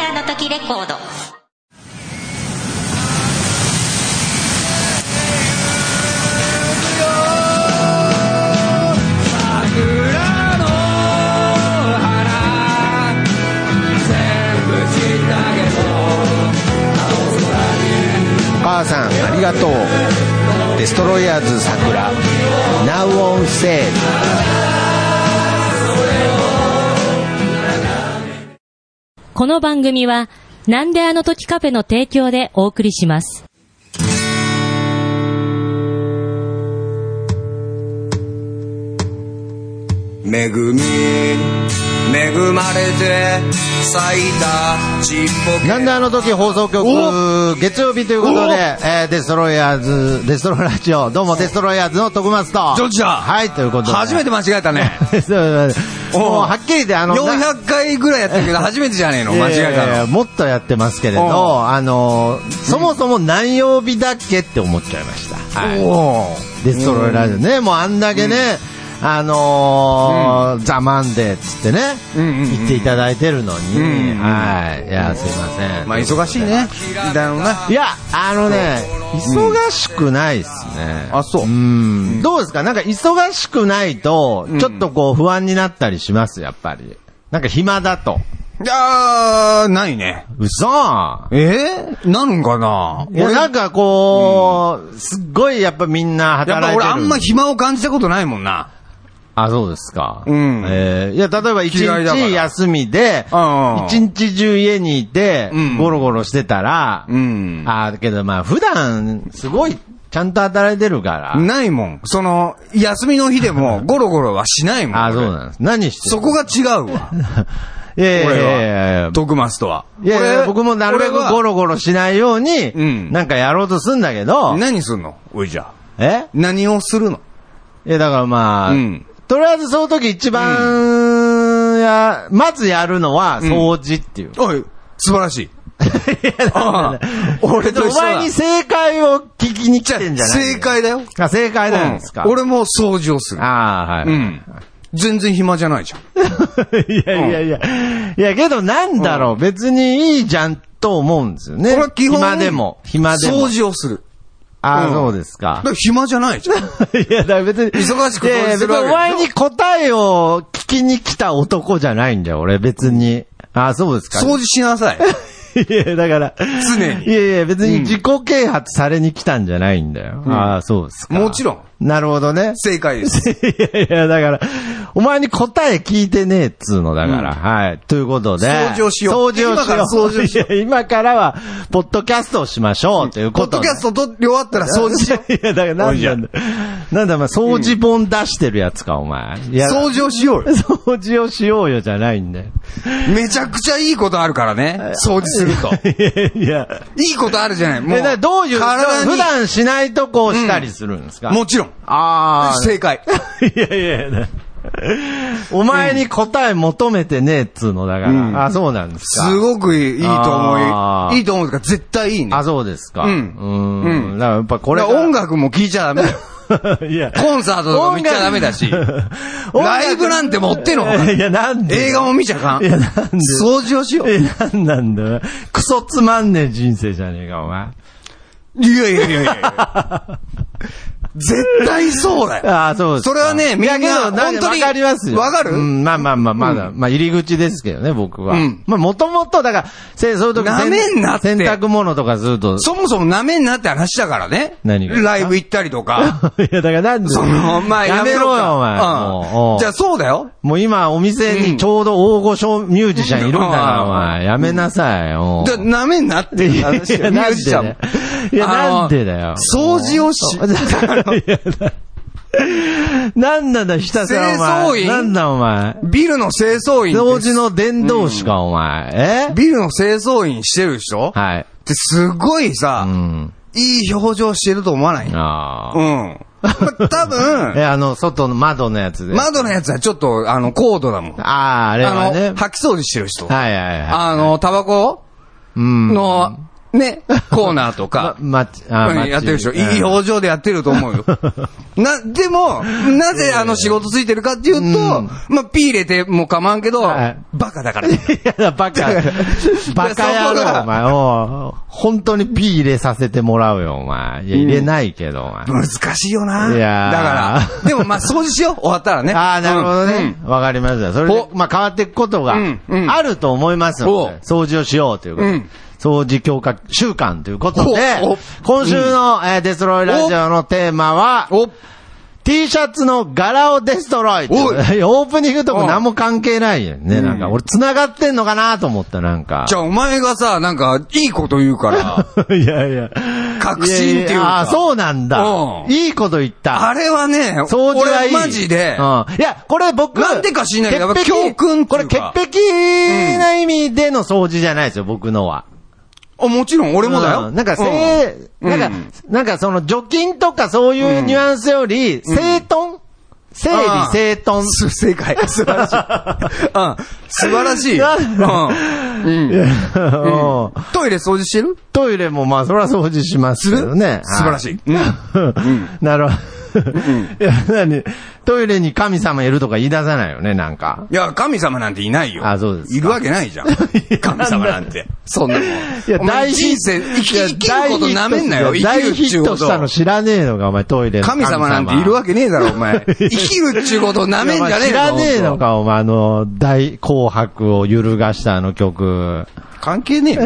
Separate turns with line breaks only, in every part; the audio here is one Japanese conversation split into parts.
コード
母さんありがとうデストロイヤーズ桜 Now on sale
この番組はなんであの時カフェの提供でお送りします
恵み恵まれて咲いたちっぽけ
なんであの時放送局月曜日ということで、えーデストロイヤーズデストロイラジオどうもデストロイヤーズの徳松と
ジョッジだ
はいということで
初 めて間違えたね
そう
おう
もうはっきり言ってあのな
400回ぐらいやってるけど初めてじゃねえの間違え
いやいやい
た
や
の
もっとやってますけれ
おう
どあのそもそも何曜日だっけって思っちゃいました、はい、
おお
デストロイラジオね、もうあんだけね、あのーザ・マンデーっつってね、
うんうんうん
言っていただいてるのに、
んうん
はい、いや、すいません。
まあ忙しいねだろうない
や、あのね、忙しくないっすね。
あそう
うん。どうですかなんか忙しくないと
ん、
ちょっとこう不安になったりします、やっぱり。なんか暇だと。
いやーないね
嘘
えー、なんかない
や、なんかこう、すっごいやっぱみんな
やっ
働いて
ぱ
る。
俺あんま暇を感じたことないもんな
あ、そうですか。
うん
えーいや、例えば一
嫌いだから
日休みで、
うんうん
一日中家にいて
うん、
ゴロゴロしてたら、
うん
あーけどまあ普段、すごい、ちゃんと働いてるから。
ないもんその休みの日で もゴロゴロはしないもん
あーそう
俺
なんです。何して
そこが違う わ
いやいやい
俺は
やいやいや。
徳松とは。
いやいや
俺
僕もなるべく
俺は
ゴロゴロしないように、
うん
なんかやろうとすんだけど、
何すんのおいじゃあ。
え
何をするの
いやだからまあ、
うん
とりあえずその時一番や、まずやるのは掃除っていう。
おい、素晴らしい。ああ
俺と
一緒だ
お前に正解を聞きに来てんじゃない
正解だよ。
あ、正解なんですか。
うん俺も掃除をする。
ああ、はい。
うん。全然暇じゃないじゃん。
いやいやいや。いや、けどなんだろう、別にいいじゃんと思うんですよね。
俺は基本、
暇でも。暇でも。
掃除をする。
あ
う
あ、
ん
そうです
だ
か
か。ら暇じゃ ないじゃ ん。
いや、だから別に。
忙しく
い
掃
や
除
いや
する
別に
わけ
お
でしょ
前に答えを聞きに来た男じゃないんだよ、俺別に。ああ、そうですか。
掃除しなさい。
いや、だから。
常に
いやいや、別に自己啓発されに来たんじゃないんだよ。ああ、そうですか。
もちろん。
なるほどね。
正解です。
いやいや、だから、お前に答え聞いてねえっつうのだから、
うん
はい。ということで。
掃除をしよう
掃除を
今
しよう。
から掃除をしよ
いや今からは、ポッドキャストをしましょう、という
ポ
こ
ッド
と
キ
で。
ャスト撮り終わったら掃除しよう。
いや、だからなん
おいじゃ
だなんだ。なんだ、お前、掃除本出してるやつか、お前。いや、
掃除をしようよ。
掃除をしようよじゃないんだよ。
めちゃくちゃいいことあるからね。掃除すると。
いやいや。
いいことあるじゃない。も
え、だから
う。
どういう、
体に
普段しないとこをしたりするんですか、
もちろん。
ああ。
正解。
いやいやい や。お前に答え求めてねえっつうのだから。
うん
あ、そうなんですか。
すごくいいいいと
あ
思
ー
い、いいと思うから絶対いいね。
あ、そうですか。
うん
ん。
う
だからやっぱこ
これ
れ。
音。楽も聴いちゃダメ だよ。
いや。
コンサートとかも行っちゃダメだし。ライブなんて持ってのほか
いや、なんで
映画も見ちゃかん。
いやなんで
掃除をしよう。い
え、なんなんだよ。クソつまんねえ人生じゃねえか、お前。
やいやいやいや。絶対そうだよ。
ああ、そうですか。
それはねみんない
やけどんか
本当に
わかりますよ。
わかる
うん、まあまあまあ、まだ、まあ入り口ですけどね、僕は。
うん
まあもともと、だから、せそういう時
なめんなって
洗濯物とかすると。
そもそも舐めんなって話だからね。
何が
ライブ行ったりとか。
いや、だからなんで
その、まあ
やめろよ、お前。もう
前。
おう
じゃあそうだよ。
もう今、お店にちょうど大御所ミュージシャンいるんだから、
うん
お前。やめなさい、おう
じゃあ舐めんなって
い
いう
や
話よ。ミュ
な
ー
ん
ジシ
で
ャ
だ
ン
よ
も。
いや、
あの
なんでだよ。
掃除をし、
なんなんだ、ひたすら、お前。
清掃員
なんだ、お前。
ビルの清掃員って
掃除の伝道師か、お前。え
ビルの清掃員してる人っ
はい。
てすごいうさ、
ん。
いい表情してると思わないうん。
ああ。
まあ多
え、
分、
あの、外の窓のやつで。
窓のやつはちょっと、あの、高度だもん。あ
ああ、あれはね。
の、掃き掃除してる人。
はいはいはい。
あの、タバコ
うん。、
の、ね、コーナーとか
ま、ま、あ
うんやってるでしょ。いい
よ。
表情でやってると思うよ。 な、でも、なぜあの仕事ついてるかっていうと、
うん
まあ、ピー入れても構わんけど、
はい
バカだから。
いやだ、バ カ。バカ野
そこ
郎、
が
お前。おう本当に P 入れさせてもらうよ、お前。いや、入れないけど、お前。
難しいよな。
いやー
だから、でもまあ、掃除しよう。終わったらね。
ああ、なるほどね。わ、かりました。それで
お、
まあ変わっていくことが
うんうん
あると思いますので、掃除をしようということで、
うん
掃除強化週間ということで
おお、
今週の、えーデストロイラジオのテーマは、
うん。お
T シャツの柄をデストロイっていう
おい
いやオープニングとか何も関係ないよね。なんか、俺繋がってんのかなと思った、なんか
じ。ゃあ、お前がさ、なんか、いいこと言う から、
いやいや。
確信っていうか
ややああ、そうなんだ
う。ん
いいこと言った。
あれはね、
掃除はいい。
俺マジで、
うん。いや、これ僕。
なんでか知んないけど
潔癖
やっぱ教訓って
こ
い
れ
う
潔
か
癖な意味での掃除じゃないですよ、僕のは。
あもちろん俺もだよ。
うんなんか、せい、
うん
なんか、なんかその除菌とかそういうニュアンスより、整頓整理
ああ
整頓。
す正解。素晴らしい。 うん。素晴らしい。うん。うん。
うん
トイレ掃除してる
トイレもまあ、それは掃除しますけどね。
素晴らしい。うん。
はい。なるほど。いや、なに、トイレに神様いるとか言い出さないよね、なんか。
いや、神様なんていないよ。
あそうですか
いるわけないじゃ ん。神様なんて。そんなもん。
いや、
お前
大ヒ
人
ッ
生、生き
いや
生きることなめんなよ。生
大
きるっ
ヒ
ちゅ
ッ
うこ
トしたの
と。
知らねえのか、お前、トイレの
神様なんているわけねえだろ、お前。生きるっちゅうことなめんじゃねえ
知
ぞ
らねえの。か、お前、あの、大紅白を揺るがしたあの曲。
関係ねえ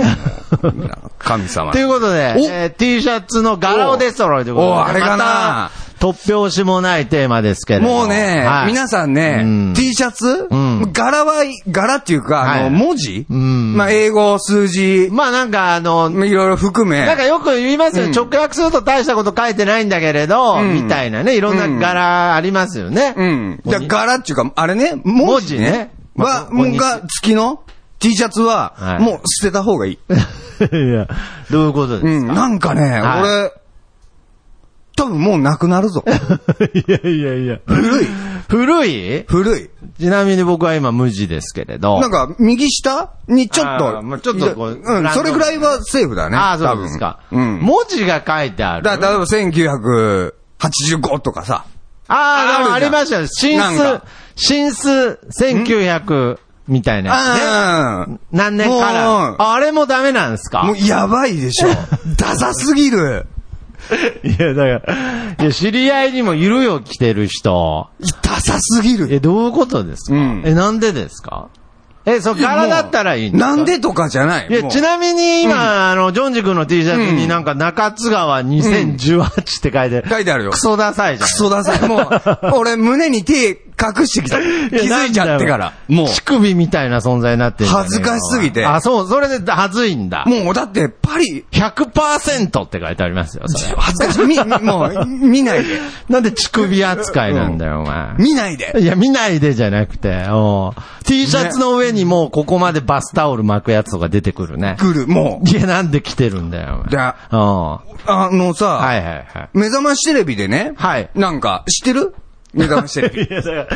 よ。神様
と。いうことで、
お
えー T シャツの柄をデストロイということで。
おおあれかな
また突拍子もないテーマですけれど
もうね、皆
ん。
さん
う
ね
ん、
T シャツ
うん
柄は、柄っていうか、あ
は
の、
い
文字
うん
まあ、英語、数字、
まあなんか、あの、
いろいろ含め。
なんかよく言いますよ。
うん
直訳すると大したこと書いてないんだけれど、
うん
みたいなね。いろんな柄ありますよね。
うん。じゃあ
鬼
柄っていうか、あれね、文字
文字ね
ね。は、
まあ鬼
が、月の T シャツ
は
は、
い
もう捨てた方がいい。
いや、どういうことです
う
か、
ん。なんかね、
はい
俺、多分もうなくなる ぞ。
いやいやいや。古い古い
古い。
ちなみに僕は今無地ですけれど。
なんか、右下にちょっ
あー
と、
まあちょっとこう
うん、それぐらいはセーフだね。
ああ、そうですか。
多分うん。
文字が書いてある。
だ、例えば1985とかさ。
ああ、でもあ
あるじゃん
りましたよ。新
なん
数
か、
新数1900みたいなや
あ
つね。何年から
もう。
ああれもダメなんです
あ。
か
もうやばいでしょ。ダサすぎる。
いや、だから、いや、知り合いにもいるよ、来てる人。
ダサすぎる。
え、どういうことですか
うん
え、なんでですかえ、そう、柄だったらいいんですか
なんでとかじゃない。
いや、
もう
ちなみに今、あの、ジョンジ君の T シャツになんか中津川2018って書いて、
書いてあるよ
クソダサいじゃん。
クソダサい。も う、俺胸に手隠してきた。気
や
づいちゃってから。もう、
乳首みたいな存在になってんじゃねえ
恥ずかしすぎて
あ、そう、それで恥ずいんだ。
もうだってパリ、
100%って書いてありますよ、それ。
恥ずかしい。み、みもう、見ないで。
なんで乳首扱いなんだよ、お前。
見ないで。
いや、見ないでじゃなくて、おう T シャツの上にもうここまでバスタオル巻くやつとか出てくるね。
来る。も
いや、なんで来てるんだよ、お
じ
前
ゃ。
おう
う、あのさ、
はいはいはい。
目覚ましテレビでね、
はい
なんか、知ってる目覚ましテレ ビ。
いや、だから、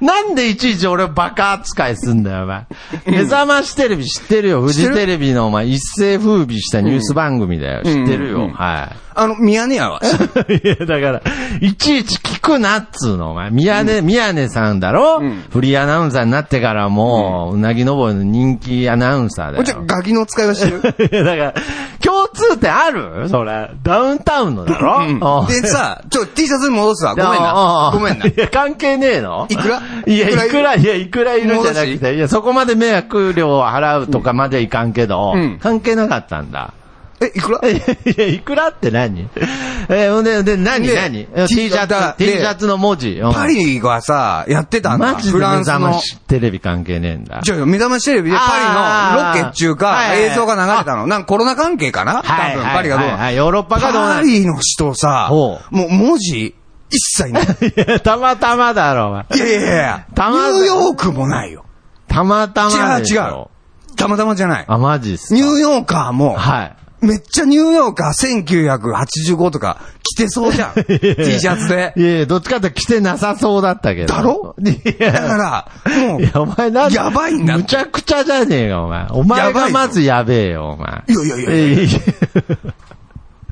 なんでいちいち俺をバカ扱いすんだよ、お前。目覚ましテレビ知ってるよ。
知
フ
って
ジ
る
テレビのお前一世風靡したニュース番組だよ。知ってる
うん
よ、
うん
は
あの、ミヤネ屋は。
い。いや、だから、いちいち聞くなっつうの、お前。宮根、宮根さんだろ
うん
フリーアナウンサーになってからもう、うなぎ登りの人気アナウンサーだ
もちろ
よ
ん、。ガキの使いは知ってる
いや、 だから、共通点あるそれ。ダウンタウンのだろおう
でさ、ちょ、T シャツに戻すわ。ごめん
あ
な。
あ
ごめんな。
いや、関係ねえの
いくら
いや、い
い
く
く
ら、
ら
いや、いくらいるじゃなくて、いや、そこまで迷惑料を払うとかまではいかんけど、
うん
関係なかったんだ。
え、いくら
いや、いくらって何え、ほんで、で、何、
で
何
T-
?T シャ
だ
ツ、T シャツの文字。うん
パリがさ、やってたんだ。
マジで
フ
目
ランス
覚ま
の。
しテレビ関係ねえんだ。
じゃあ、目覚ましテレビでパリのロケっちゅう
あーは
か、
いはい
映像が流れたの。なんかコロナ関係かな多
はい、
分、
はい
パリがどう
はい
な
は
の
い、ヨーロッパがどうな
パ
る
リの人さ、
ほ
もう文字一切 ない。
いや、たまたまだろ、お前。
いやいやいや、ニ
たまらな
ュ
い
ーヨークもないよ。
たまたま
違う
でし
違
ょ
う。たまたまじゃない。
あ、マジっすか。
ニューヨーカーも、
はい。
めっちゃニューヨーカー1985とか着てそうじ ゃん。T シャツで
い。やいや、どっちかって着てなさそうだったけど。
だろ
い
だ
や、
から、もう、
いや、お前なんで
やばいんだって
むちゃくちゃじゃねえよ、お前。お
や
前
ばい
が
よ
まずやべえよ、お前。
いやいやいやい
いや。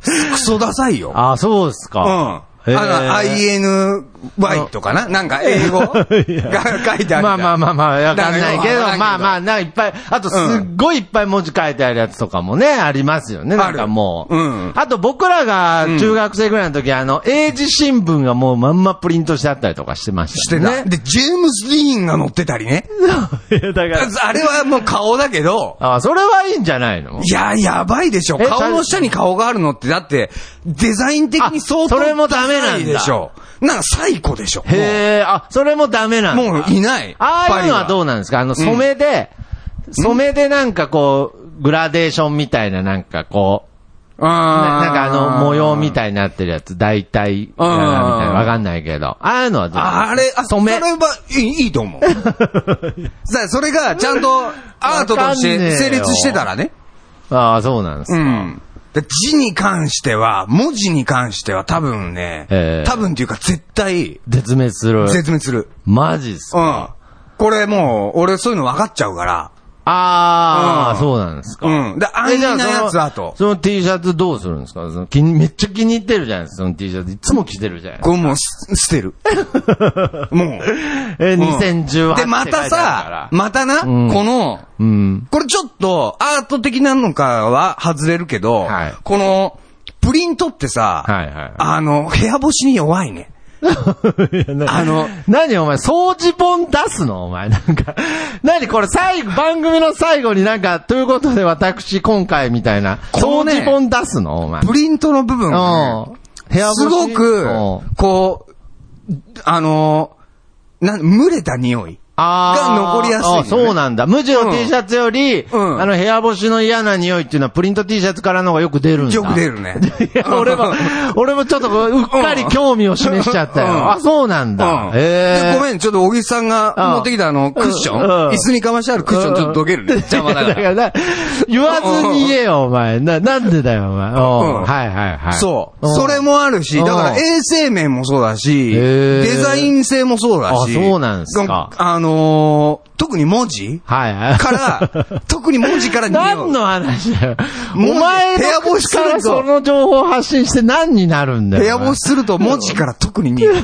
クソダサいよ。
あ、そうっす
うん。
か
あ。
えー
の、INY とかななんか英 語が書いてあるじゃん。
まあまあまあまあ、わかんないけ
だら
ど、
よくわからん
まあまあ、なんかいっぱい、あとすっごいいっぱい文字書いてあるやつとかもね、ありますよね、なんかもう。
あるうん
あと僕らが中学生ぐらいの時、あの、英字新聞がもうまんまプリントしてあったりとかしてまし
したて
ね。
な。で、ジェームズ・ディーンが乗ってたりね。
いやだから。
あれはもう顔だけど、
あ、それはいいんじゃないの
いや、やばいでしょ。
え
顔の下に顔があるのって、だって、デザイン的に相当
あそれもダメなんだ
いでしょ。なんか最古でしょ。
へえ、あ、それもダメなんだ。
もういない
ああいうのは
パリは
どうなんですかあの、染めで、染めでなんかこう、グラデーションみたいななんかこう、
もう
な
な
なんかあの、模様み
い。
たいになってるやつ、大体、みたいな、
うん
わかんないけど。ああいうのはどう
あれ、あ、
染め
それはいいいいと 思う。だからそれがちゃんとアートとし
わかんねえ
て成
よ
立してたらね。
ああ、そうなんです
う
か。
ん。で字に関しては、文字に関しては多分ね
え、え
多分っていうか絶対、
絶滅する。
絶滅する。
マジっす
う
か。
ん。これもう、俺そういうの分かっちゃうから。
ああ、
うん
そうなんですか。
うん。で、安
え
易
じゃあ
なやつだと。
そのその T シャツどうするんですかその気にめっちゃ気に入ってるじゃないですか、その T シャツ。いつも着てるじゃないですか
これもうす捨 てる。もう。
え、
うん
2018
で、またさ、またな、
うん
この、
うん。
これちょっとアート的なのかは外れるけど、
はい
この、プリントってさ、
はいはいはい
あの、部屋干しに弱いね。 あの、
何お前、掃除本出すのお前、なんか。 何これ、最後、番組の最後になんか、ということで私、今回みたいな、
この
掃
ね
除本出すのお前。
プリントの部分がね、
部屋干し
すごく
うん、
こう、あの、な、蒸れた匂い。
あー
が残りやすいよね
あそうなんだ。無地
うん
の T シャツより、
うん
あの、部屋干しの嫌な匂いっていうのは、プリント T シャツからの方がよく出るんだ。
よく出るね。
いや、俺も、俺もちょっとこう、うっかり興味を示しちゃったよ。
うん
あ、そうなんだ。
うん
へー
でごめん、ちょっと小木さんが
うん
持ってきたあの、クッショ
うん
ン、椅子にかましてあるクッションちょっとどけるね。邪魔だか
いや
ら。
だからな言わずに言えよ、お前。な、なんでだよ、お前。うん
うん
はいはいはい。
そう。
ん
それもあるし、
うん
だから衛生面もそうだし、
へー
デザイン性もそうだし。
あそうなんすか
あのー、特に文字
はいはい。
から、特に文字から匂
何
い。
の話だよ。お
もう
前
部屋
の
干し
口
す
か
ると
らその情報を発信して何になるんだよ。
部屋干しすると文字から特に匂い。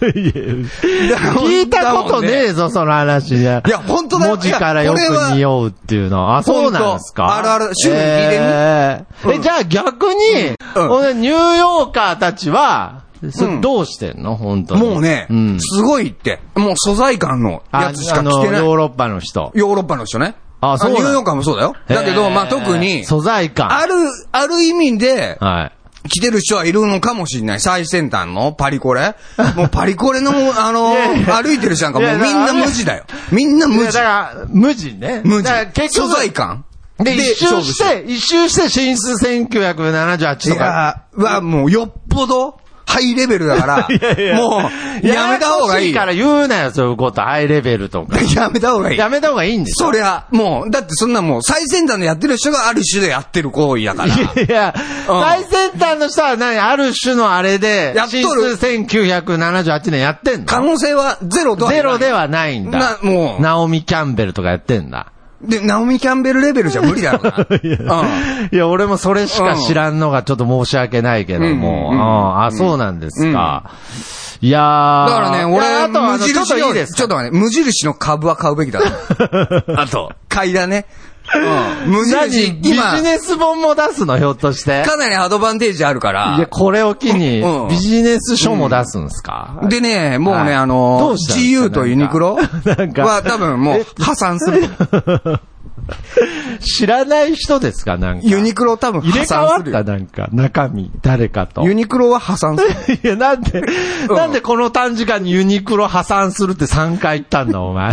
聞
聞いたことねえぞ、その話じゃ。
いや本当だよ
文字からよく
いやこれは
匂うっていうの。あ、そうなんです
本当
か
あるある種類聞いてみ
えー
うん
え、じゃあ逆に、
うん
ほんでニューヨーカーたちは、そ
うん
どうしてんの本当に。
もうね
う、ん。
すごいって。もう素材感のやつしか着て
あ
ない
の。ヨーロッパの人。
ヨーロッパの人ね。
あそうな
ニ
の
ューヨーカーもそうだよ。だけ
え
ど、
ー
まあ特に、
素材感。
ある、ある意味で、
はい。
来てる人はいるのかもしれない。最先端のパリコレ。もうパリコレのもう、あの
いやいや
歩いてる人なんか
い
もう
や
みんな無地だよ。みんない無
やだ
地
か。ら、無地ね。
無
だから
地。
結
素
局
材感。
で、一周し
勝負
て、一周して進出
る。
1978と
い
か。
やーはもうよっぽど、ハイレベルだ から、もう、やめた方がい
ややこし
い。
から言うなよ、そういうこと。ハイレベルとか。
やめた方がいい。
やめた方がいいんです
そりゃ、もう、だってそんなもう、最先端でやってる人がある種でやってる行為やから。
いや、最先端の人は何ある種のあれで
や、っと
進
る
出1978年やってん
可
の
能性はゼロとは言わな
ゼ
い
ロではないんだ。
な、も
ナオミ・キャンベルとかやってんだ。
う。で、ナオミ・キャンベルレベルじゃ無理だろうな。うん。
いや、俺もそれしか知らんのがちょっと申し訳ないけども。
うんうんうん
うんあ、そうなんですか。いやー。
だからね、俺、
いやあとは
無
あのちょっ
印
とい
よ
い
り、
です
ちょ
か
っと待って、無印の株は買うべきだ と。あと、買いだね。うん。無印
何、ビ
今
ジ、ネス本も出すのひょっとして。
かなりアドバンテージあるか
いや、
ら。
これを機に
うん、
ビジネス書も出すんですか、
でね、もうね、
はい
あの
ど、うしたんですか
GU とユニクロ
なんか
は多分もう破産 する。
知らない人ですかなんか。
ユニクロ多分
入れ
破
替
産
わ
す
っ
る
た
よ。
なんか、中身、誰かと。
ユニクロは破 産する。
いや、なんで、
うん
なんでこの短時間にユニクロ破産するって3回言ったんだ、お前。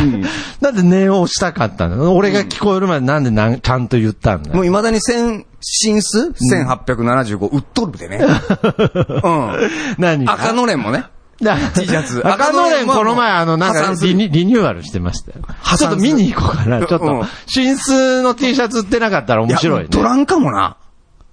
なんで念を押したかったんだ。俺が聞こえるまでなんでなんちゃんと言ったんだ
も。う未だに先進数 ?1875 売っとるで ね。うん。
何が
赤のれんもね。
な
T シャツ
赤の
赤のれ
れん
んはもう
この前あの、なん
破
か
産する
リニリニューアルしてましたよ。ちょ
産する
っと見に行こうかな。ちょっ
うん
と、新数の T シャツ売ってなかったら面白いね
や。ドランかもな。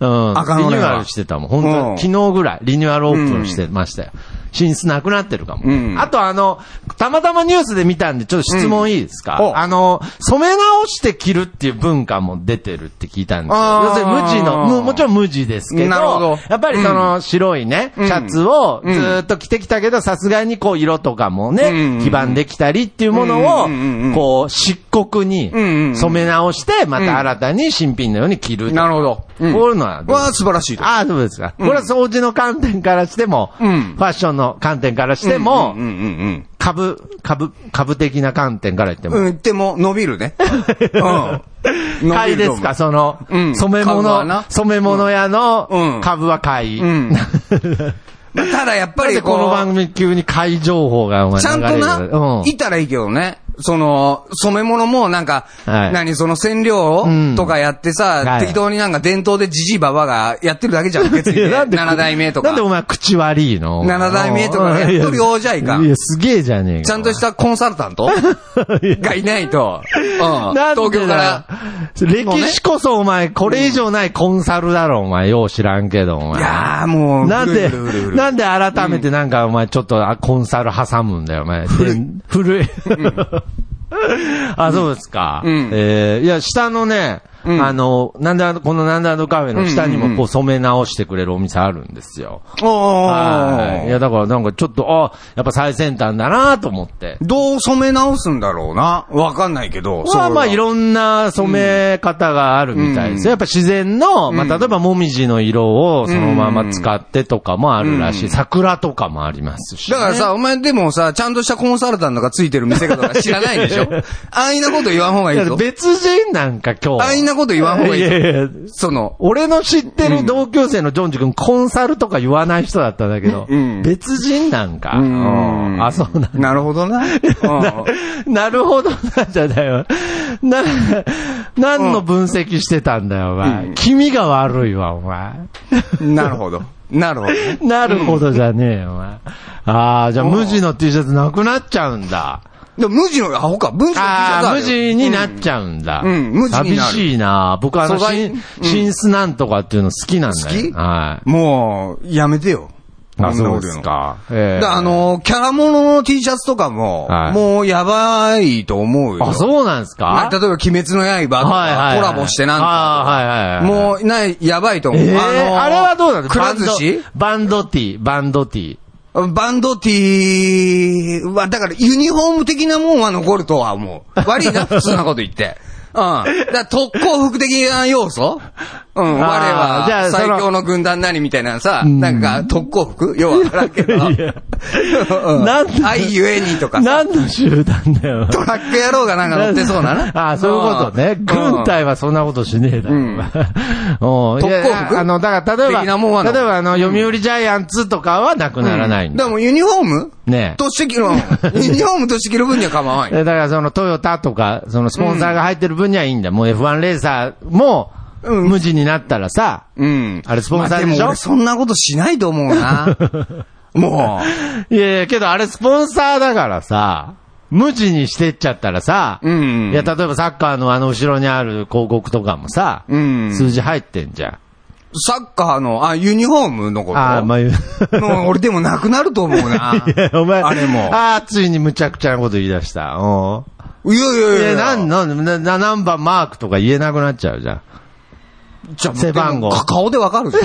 うん。
あかん
リニ
俺
ュ
は
ーアルしてたもん。本当
うん
に昨日ぐらい、リニューアルオープンしてましたよ。進出なくなってるかも。
うん
あとあの、たまたまニュースで見たんで、ちょっと質問いいですか、
うんお
あの、染め直して着るっていう文化も出てるって聞いたんですよ。
あー
要するに無地の、むもちろん無地ですけど、
なるほど
やっぱりその白いね、
ん
シャツをずーっと着てきたけど、さすがにこう色とかもね、
うん
基盤できたりっていうものを、
うんうんうんうん
こう、漆黒に
んうんうん
染め直して、また新たに新品のように着るとか
なるほど。うん
こういうのはどう
わあ、素晴らしいと。
ああ、そうですか。これは掃除の観点からしても、
うん
ファッションの観点からしても、
うんうん
株、株、株的な観点から言って
うん。
も、
うん、でも、伸びる ね。うん。
買いですか、その、
うん
染め
株は
物
な、
染め物屋
うん
の株は買い。
うん。まあただやっぱ
な
り
ぜ
こ
この
う、
番組急に買い情報がお前
ちゃんと
流れる
な
う、ん
いたらいいけどね。その、染め物もなんか、
はい
何その染料
うん
とかやってさ、
はい
適当になんか伝統でじじいばばがやってるだけじゃん、別に
い
ね、
やなんで
7代目とか。
なんでお前口悪いの
七代目とかやっとるようじゃいかん
いや、すげえじゃねえか。
ちゃんとしたコンサルタン トがいないと。うん。
なんで
東京から。
だよ。歴史こそお前、これ以上ないコンサルだろ、お前。よう知らんけど、お
い
前。
やーもう、
なんで
ぐるぐるぐるぐ、る
なんで改めてなんかお前ちょっとあコンサル挟むんだよ、お前。古い。 あ、そうですか。
ん
えーいや、下のね、
ん
あの、なんであの、このなんであのカフェの下に
うんうんう
も
ん
こう染め直してくれるお店あるんですよ。
お
はい。いや、
ー。
だからなんかちょっと、あ、やっぱ最先端だなと思って。
どう染め直すんだろうな。わかんないけど。
まあまあい
ん
ろんな染め方があるみたいですよ。やっぱ自然の、まあ例えばもみじの色をそのまま使ってとかもあるらしい。桜とかもありますし、ね。
だからさ、お前でもさ、ちゃんとしたコンサルタントがついてる店かとか知らないで しょあいなこと言わん方が
い
いい
や
ぞ。
別人なんか今日。
あいなこと言わん方がいい
い
ぞ。
やいや
その、
俺の知ってる同級生のジョンジ君、コンサルとか言わない人だったんだけど、
うん
別人なんか。
ん
うんあ、そう なんだ
なるほどな。うん
なるほどなんじゃないわ。な、何の分析してたんだよ、お前。気味が悪いわ、お前。
なるほど。なるほどね。
なるほどじゃねえよ、お前。ああ、じゃあ無地の T シャツなくなっちゃうんだ。
でも無地の、あ、ほか、無地の T シャ
あ
ツ
あ、
ある
無
よ
地になっちゃうんだ。
うんうん無地になる
寂しいな僕あの、
素材
新、新スなんとかっていうの好きなんだよ。
好き
はい。
もう、やめてよ。
あ、
んな
そ
こ
う
と
で
言
す
の
か。ええ
だあ、の、キャラものの T シャツとかも、
はい
もうやばいと思うよ。
あ、そうなんです
まあ
か
例えば、鬼滅の刃と
はいはいは
か
い
コラボしてなんか、
ああ、はいはいはい。
もう、ない、やばいと思う。
ええあれはどうなんです
く
から
寿司
バンドティー、バンドティー。
バンド T は、だからユニフォーム的なもんは残るとは思う。悪いな、普通なこと言 って。うん。だから特攻服的な要素うん。我
あーじゃ
は
あ
最強の軍団なりみたいなさ、なんか特攻服要はわからん けど。う
なんで
愛ゆえにとかさ、
何の集団だよ。
トラック野郎がなんか乗ってそうなな。
ああ、そういうことね。
うん
軍隊はそんなことしねえだろ。
ん
おういや
特攻服
あの、だから、例えば、
的なもんはな
例えば、あの、読売ジャイアンツとかはなくならないん
で
だ。
もユニフォーム
ねえ
として着る、うんユニフォームとして着る分には構わんよ。
えだから、その、トヨタとか、その、スポンサーが入ってる分にはいいんだ。もう F1 レーサーも、
うん
無地になったらさ、
うん。
あれスポンサーでし
ま
ょ
あも俺そんなことしないと思う な。も
いやいや、けどあれスポンサーだからさ、無地にしてっちゃったらさ、
う。うん。
いや、例えばサッカーのあの後ろにある広告とかもさ、
うん
数字入ってんじゃん。
サッカーの、あ、ユニフォームのこと
ああ、まあ言う。
もう俺でもなくなると思う な。い
お前、
あれも。
ああ、ついにむちゃくちゃなこと言い出した。う
い
ん。
やいやいや。
え、なん、なん、な、な何番マークとか言えなくなっちゃうじゃん。
じゃあ
背番号
でもか顔でわかるじゃん。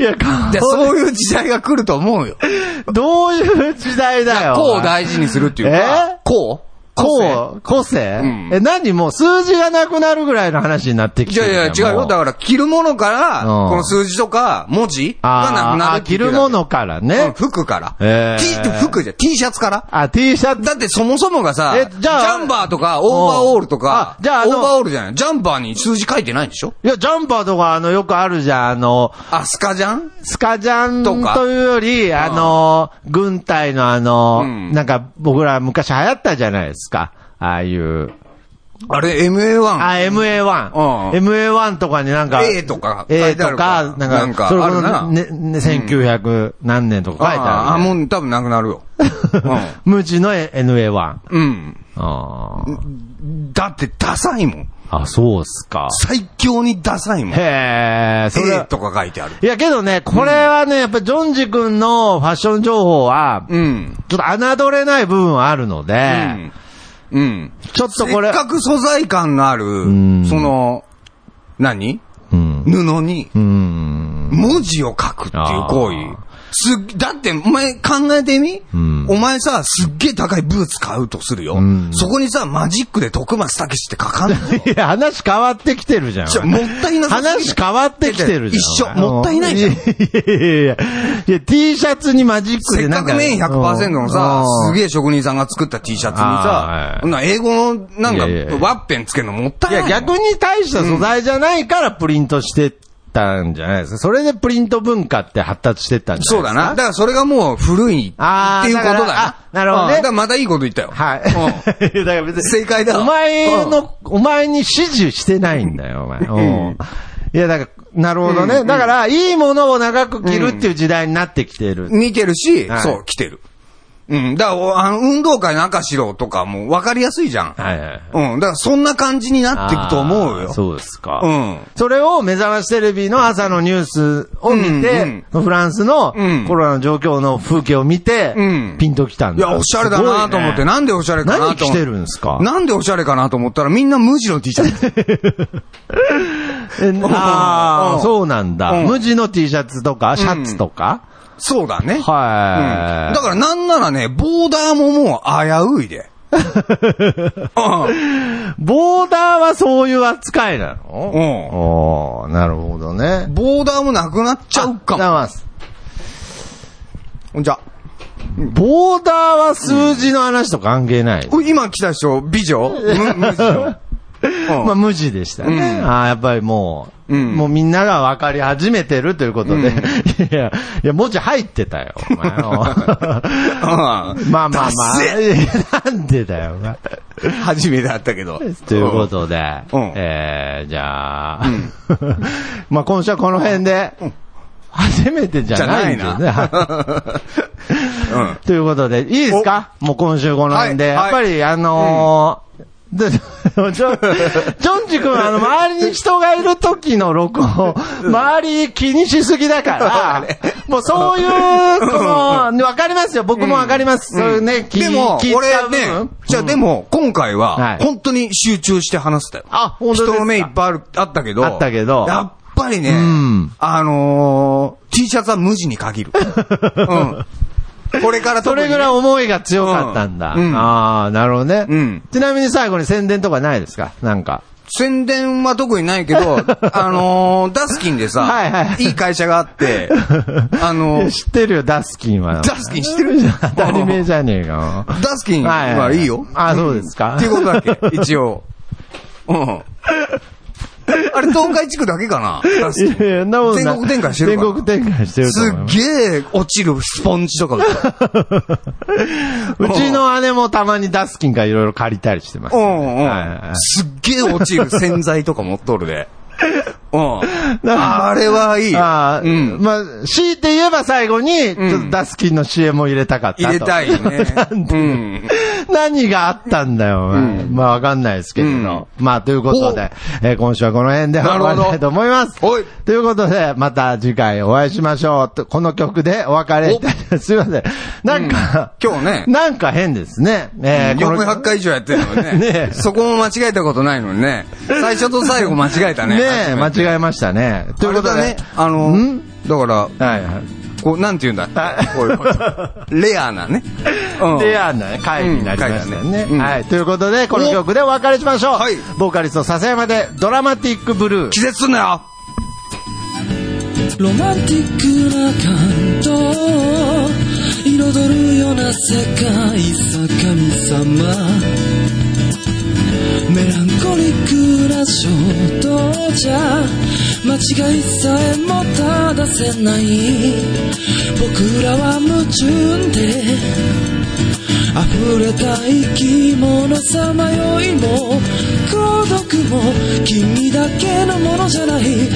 いや、か
で、そういう時代が来ると思うよ。
どういう時代だよ。
こう
お前
大事にするっていうか。
え
こう
こう、個性、
ん
え、何もう数字がなくなるぐらいの話になってき
い
て
や
る
いや、
じゃん
違う
も
よ。だから、着るものから、
うん
この数字とか、文字がな
あ
く
ー
なる
あ、
ってい
着
うだ
る
け
ものからね。
うん服から。
えー
T、服じゃん、T シャツから。
あ、T シャツ。
だってそもそもがさ、
えじゃあ
ジャンバーとか、オーバーオールとか、
うんあじゃああ
オー
の
バーオールじゃない。ジャンバーに数字書いてないんでしょ
いや、ジャンパーとか、あの、よくあるじゃん、あの、
あ、スカジャン
スカジャン
とか
というより、あの、軍隊のあの、
うん
なんか僕ら昔流行ったじゃないですか。ああいう。
あれ、MA1。
あ、MA1。
うん
MA1 とかになんか。
A とか書い
A
てあ
と
るから
か、な
なん
ん
か
か、それこそ
あるな
ね、ね、1900何年とか書いてあ
あ、
るね。
もう多分なくなるよ。
無知の NA1。
うん。うん。
あー
だってダサいもん。
あ、そうっすか。
最強にダサいもん。
へえ、それ
A
は。
とか書いてある。
いやけどね、これはね、やっぱジョンジ君のファッション情報は、
うん。
ちょっと侮れない部分はあるので、
うん。うん。
ちょっと
せ
これ
っ、かく素材感のある、
ん
その、何
うん。
布に
うん。
文字を書くっていう行為
あー。
すっ、だって、お前考えてみ、
ん
お前さ、すっげえ高いブーツ買うとするよ。
ん
そこにさ、マジックで徳松武史って書かんの
いや、話変わってきてるじゃん。
じゃあもったいなさすぎる
話変わってきてるじゃん。
一緒もったいないじゃん
いやいやいや。いや、T シャツにマジック
せ
で
っ
な
か
んか。
くメイン100%のさ、す
え。
げえ職人さんが作った T シャツに
あーは
さ
い、
そんな英語のなんか
いやいや
ワッペンつけるのもったい
い
ない
や、
もん。
逆に大した素材じゃないからプリントしてたんじゃないですか。それでプリント文化って発達してったんじ
そう
ゃない
だ
ですか。
な。だからそれがもう古いっていうこと
あー
だ
だから
な
あ。なるほどね
うんだからまたいいこと言ったよ。
はい。
うん
だから別に。
正解だわ
お前の、お前に指示してないんだよ、お前。うんいや、だから、なるほどね。だから、いいものを長く着るっていう時代になってきてる。
見てるし、
はい
そう、来てる。うん。だからお、あの、運動会の赤白とかも分かりやすいじゃん。
はいはいはい。
うん。だから、そんな感じになっていくと思う
あー
よ。
そうですか。
うん
それを目覚ましテレビの朝のニュースを見て、フランスの
うん
コロナの状況の風景を見て、
うん
ピンときたん
い
だ。
や、おしゃれだなと思って、
すごいね
なんでおしゃれかな
何
と
着
思って
てるんですか
なんでおしゃれかなと思ったら、みんな無地の T シャ ツ。
えあ
う
あ、
ん
そうなんだ。
うん
無地の T シャツとか、シャツとか、
そうだね。うん
はい、
だから、なんならね、ボーダーももう危うい で。うん
ボーダーはそういう扱いなの
うん
おーなるほどね。
ボーダーもなくなっちゃうか
ありがとござい
も。
ます。
ほんじゃ。
ボーダーは数字の話と関係ない。
お今来た人、美 女む無地の。うん
まあ、無地でしたね。
うん
あーやっぱりもう、
うん
もうみんなが分かり始めてるということで、いや、いや、文字入ってたよ、お 前
うん
まあまあま
ダッ
あ、
セ
いや なんでだよ、お前
初めて会ったけど。
ということで、
うん
えー、じゃあ、 まあ今週はこの辺で、初めてじゃないんですよ
じ
ね。 はいということで、いいですかもう今週この辺
は
で。
い
やっぱり、あのーでジョ ンジョンジ君、あの、周りに人がいる時の録音、周り気にしすぎだから、もうそういう、この、わかりますよ。僕もわかります。そういうね、気
でも、
気使
俺
う部
ね
分、
じゃあでも、今回
は、
はい本当に集中して話せたよ。
あ本当ですか
人の目いっぱいあるあったけど。
あったけど
やっぱりね
ん、
あのー、T シャツは無地に限 る。うん。これから
それぐらい
い。
思いが強かったんだ。
うんうん
ああ、なるほどね、
うん
ちなみに最後に宣伝とかないですかなんか。
宣伝は特にないけ ど、あのー、ダスキンで
はいは
さ、
い
いい会社があって、 あのー、
知ってるよ、ダスキンは。
ダスキン知ってるじゃん。
当たり前じゃねえか。
ダスキンはいいよ。
あそうですか。
っていうことだっけ一応。うん。あれ、東海地区だけかなダスキン
いやいやそんなことない
全国展開してるから
全国展開してると
す
思い
っ
ます
げえ落ちるスポンジとか売ってた。
うちの姉もたまにダスキンからいろいろ借りたりしてます、
うんう
はいはい
ん。すっげえ落ちる洗剤とか持っとるで。 うん。あれはいい。
ああ、
うん。
まあ、強いて言えば最後に、ちょっとダスキンの CM を入れたかったと。
入れた いね。うん。
何があったんだよ、お前。まあ、わかんないですけれど。まあ、ということで、えー今週はこの辺で
な
終
るほ
わ
ど
りたいと思います。
はい
ということで、また次回お会いしましょうと。この曲でお別れいたします。すいません。なんか、
今日ね
なんか変ですね。えーこの
400回以上やってるのに
ね
ね。
え
そこも間違えたことないのにね。最初と最後間違えたね。
ね
初
え、
めて
間違えましたね。とい
あ
う
れ
こと
だ
で。
ね、あの
ん、
だから、
はいはい。
こう、なんて言うんだ
あ
こういうこと。レアなね。うん
レアな回になりましたよね。
うん回だねうん
はい。ということで、この曲でお別れしましょう。
はい
ボーカリスト笹山でドラマティックブルー。
気絶すんなよ
ロマンティックな感動を彩るような世界さ神様メランコリックな衝動じゃ間違いさえも正せない僕らは矛盾で溢れた生き物さまよいも孤独も君だけのものじゃない言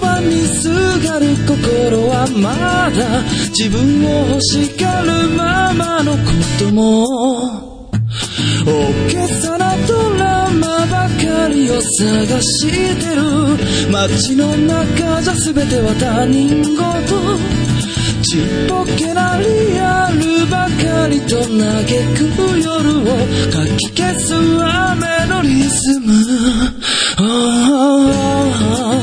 葉にすがる心はまだ自分を欲しがるままの子供大げさなドラマばかりを探してる街の中じゃ全ては他人事ちっぽけなリアルばかりと嘆く夜をかき消す雨のリズムああ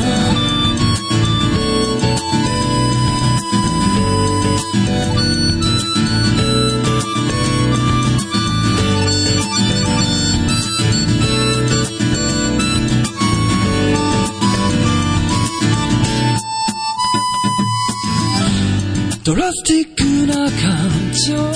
ドラスティックな感情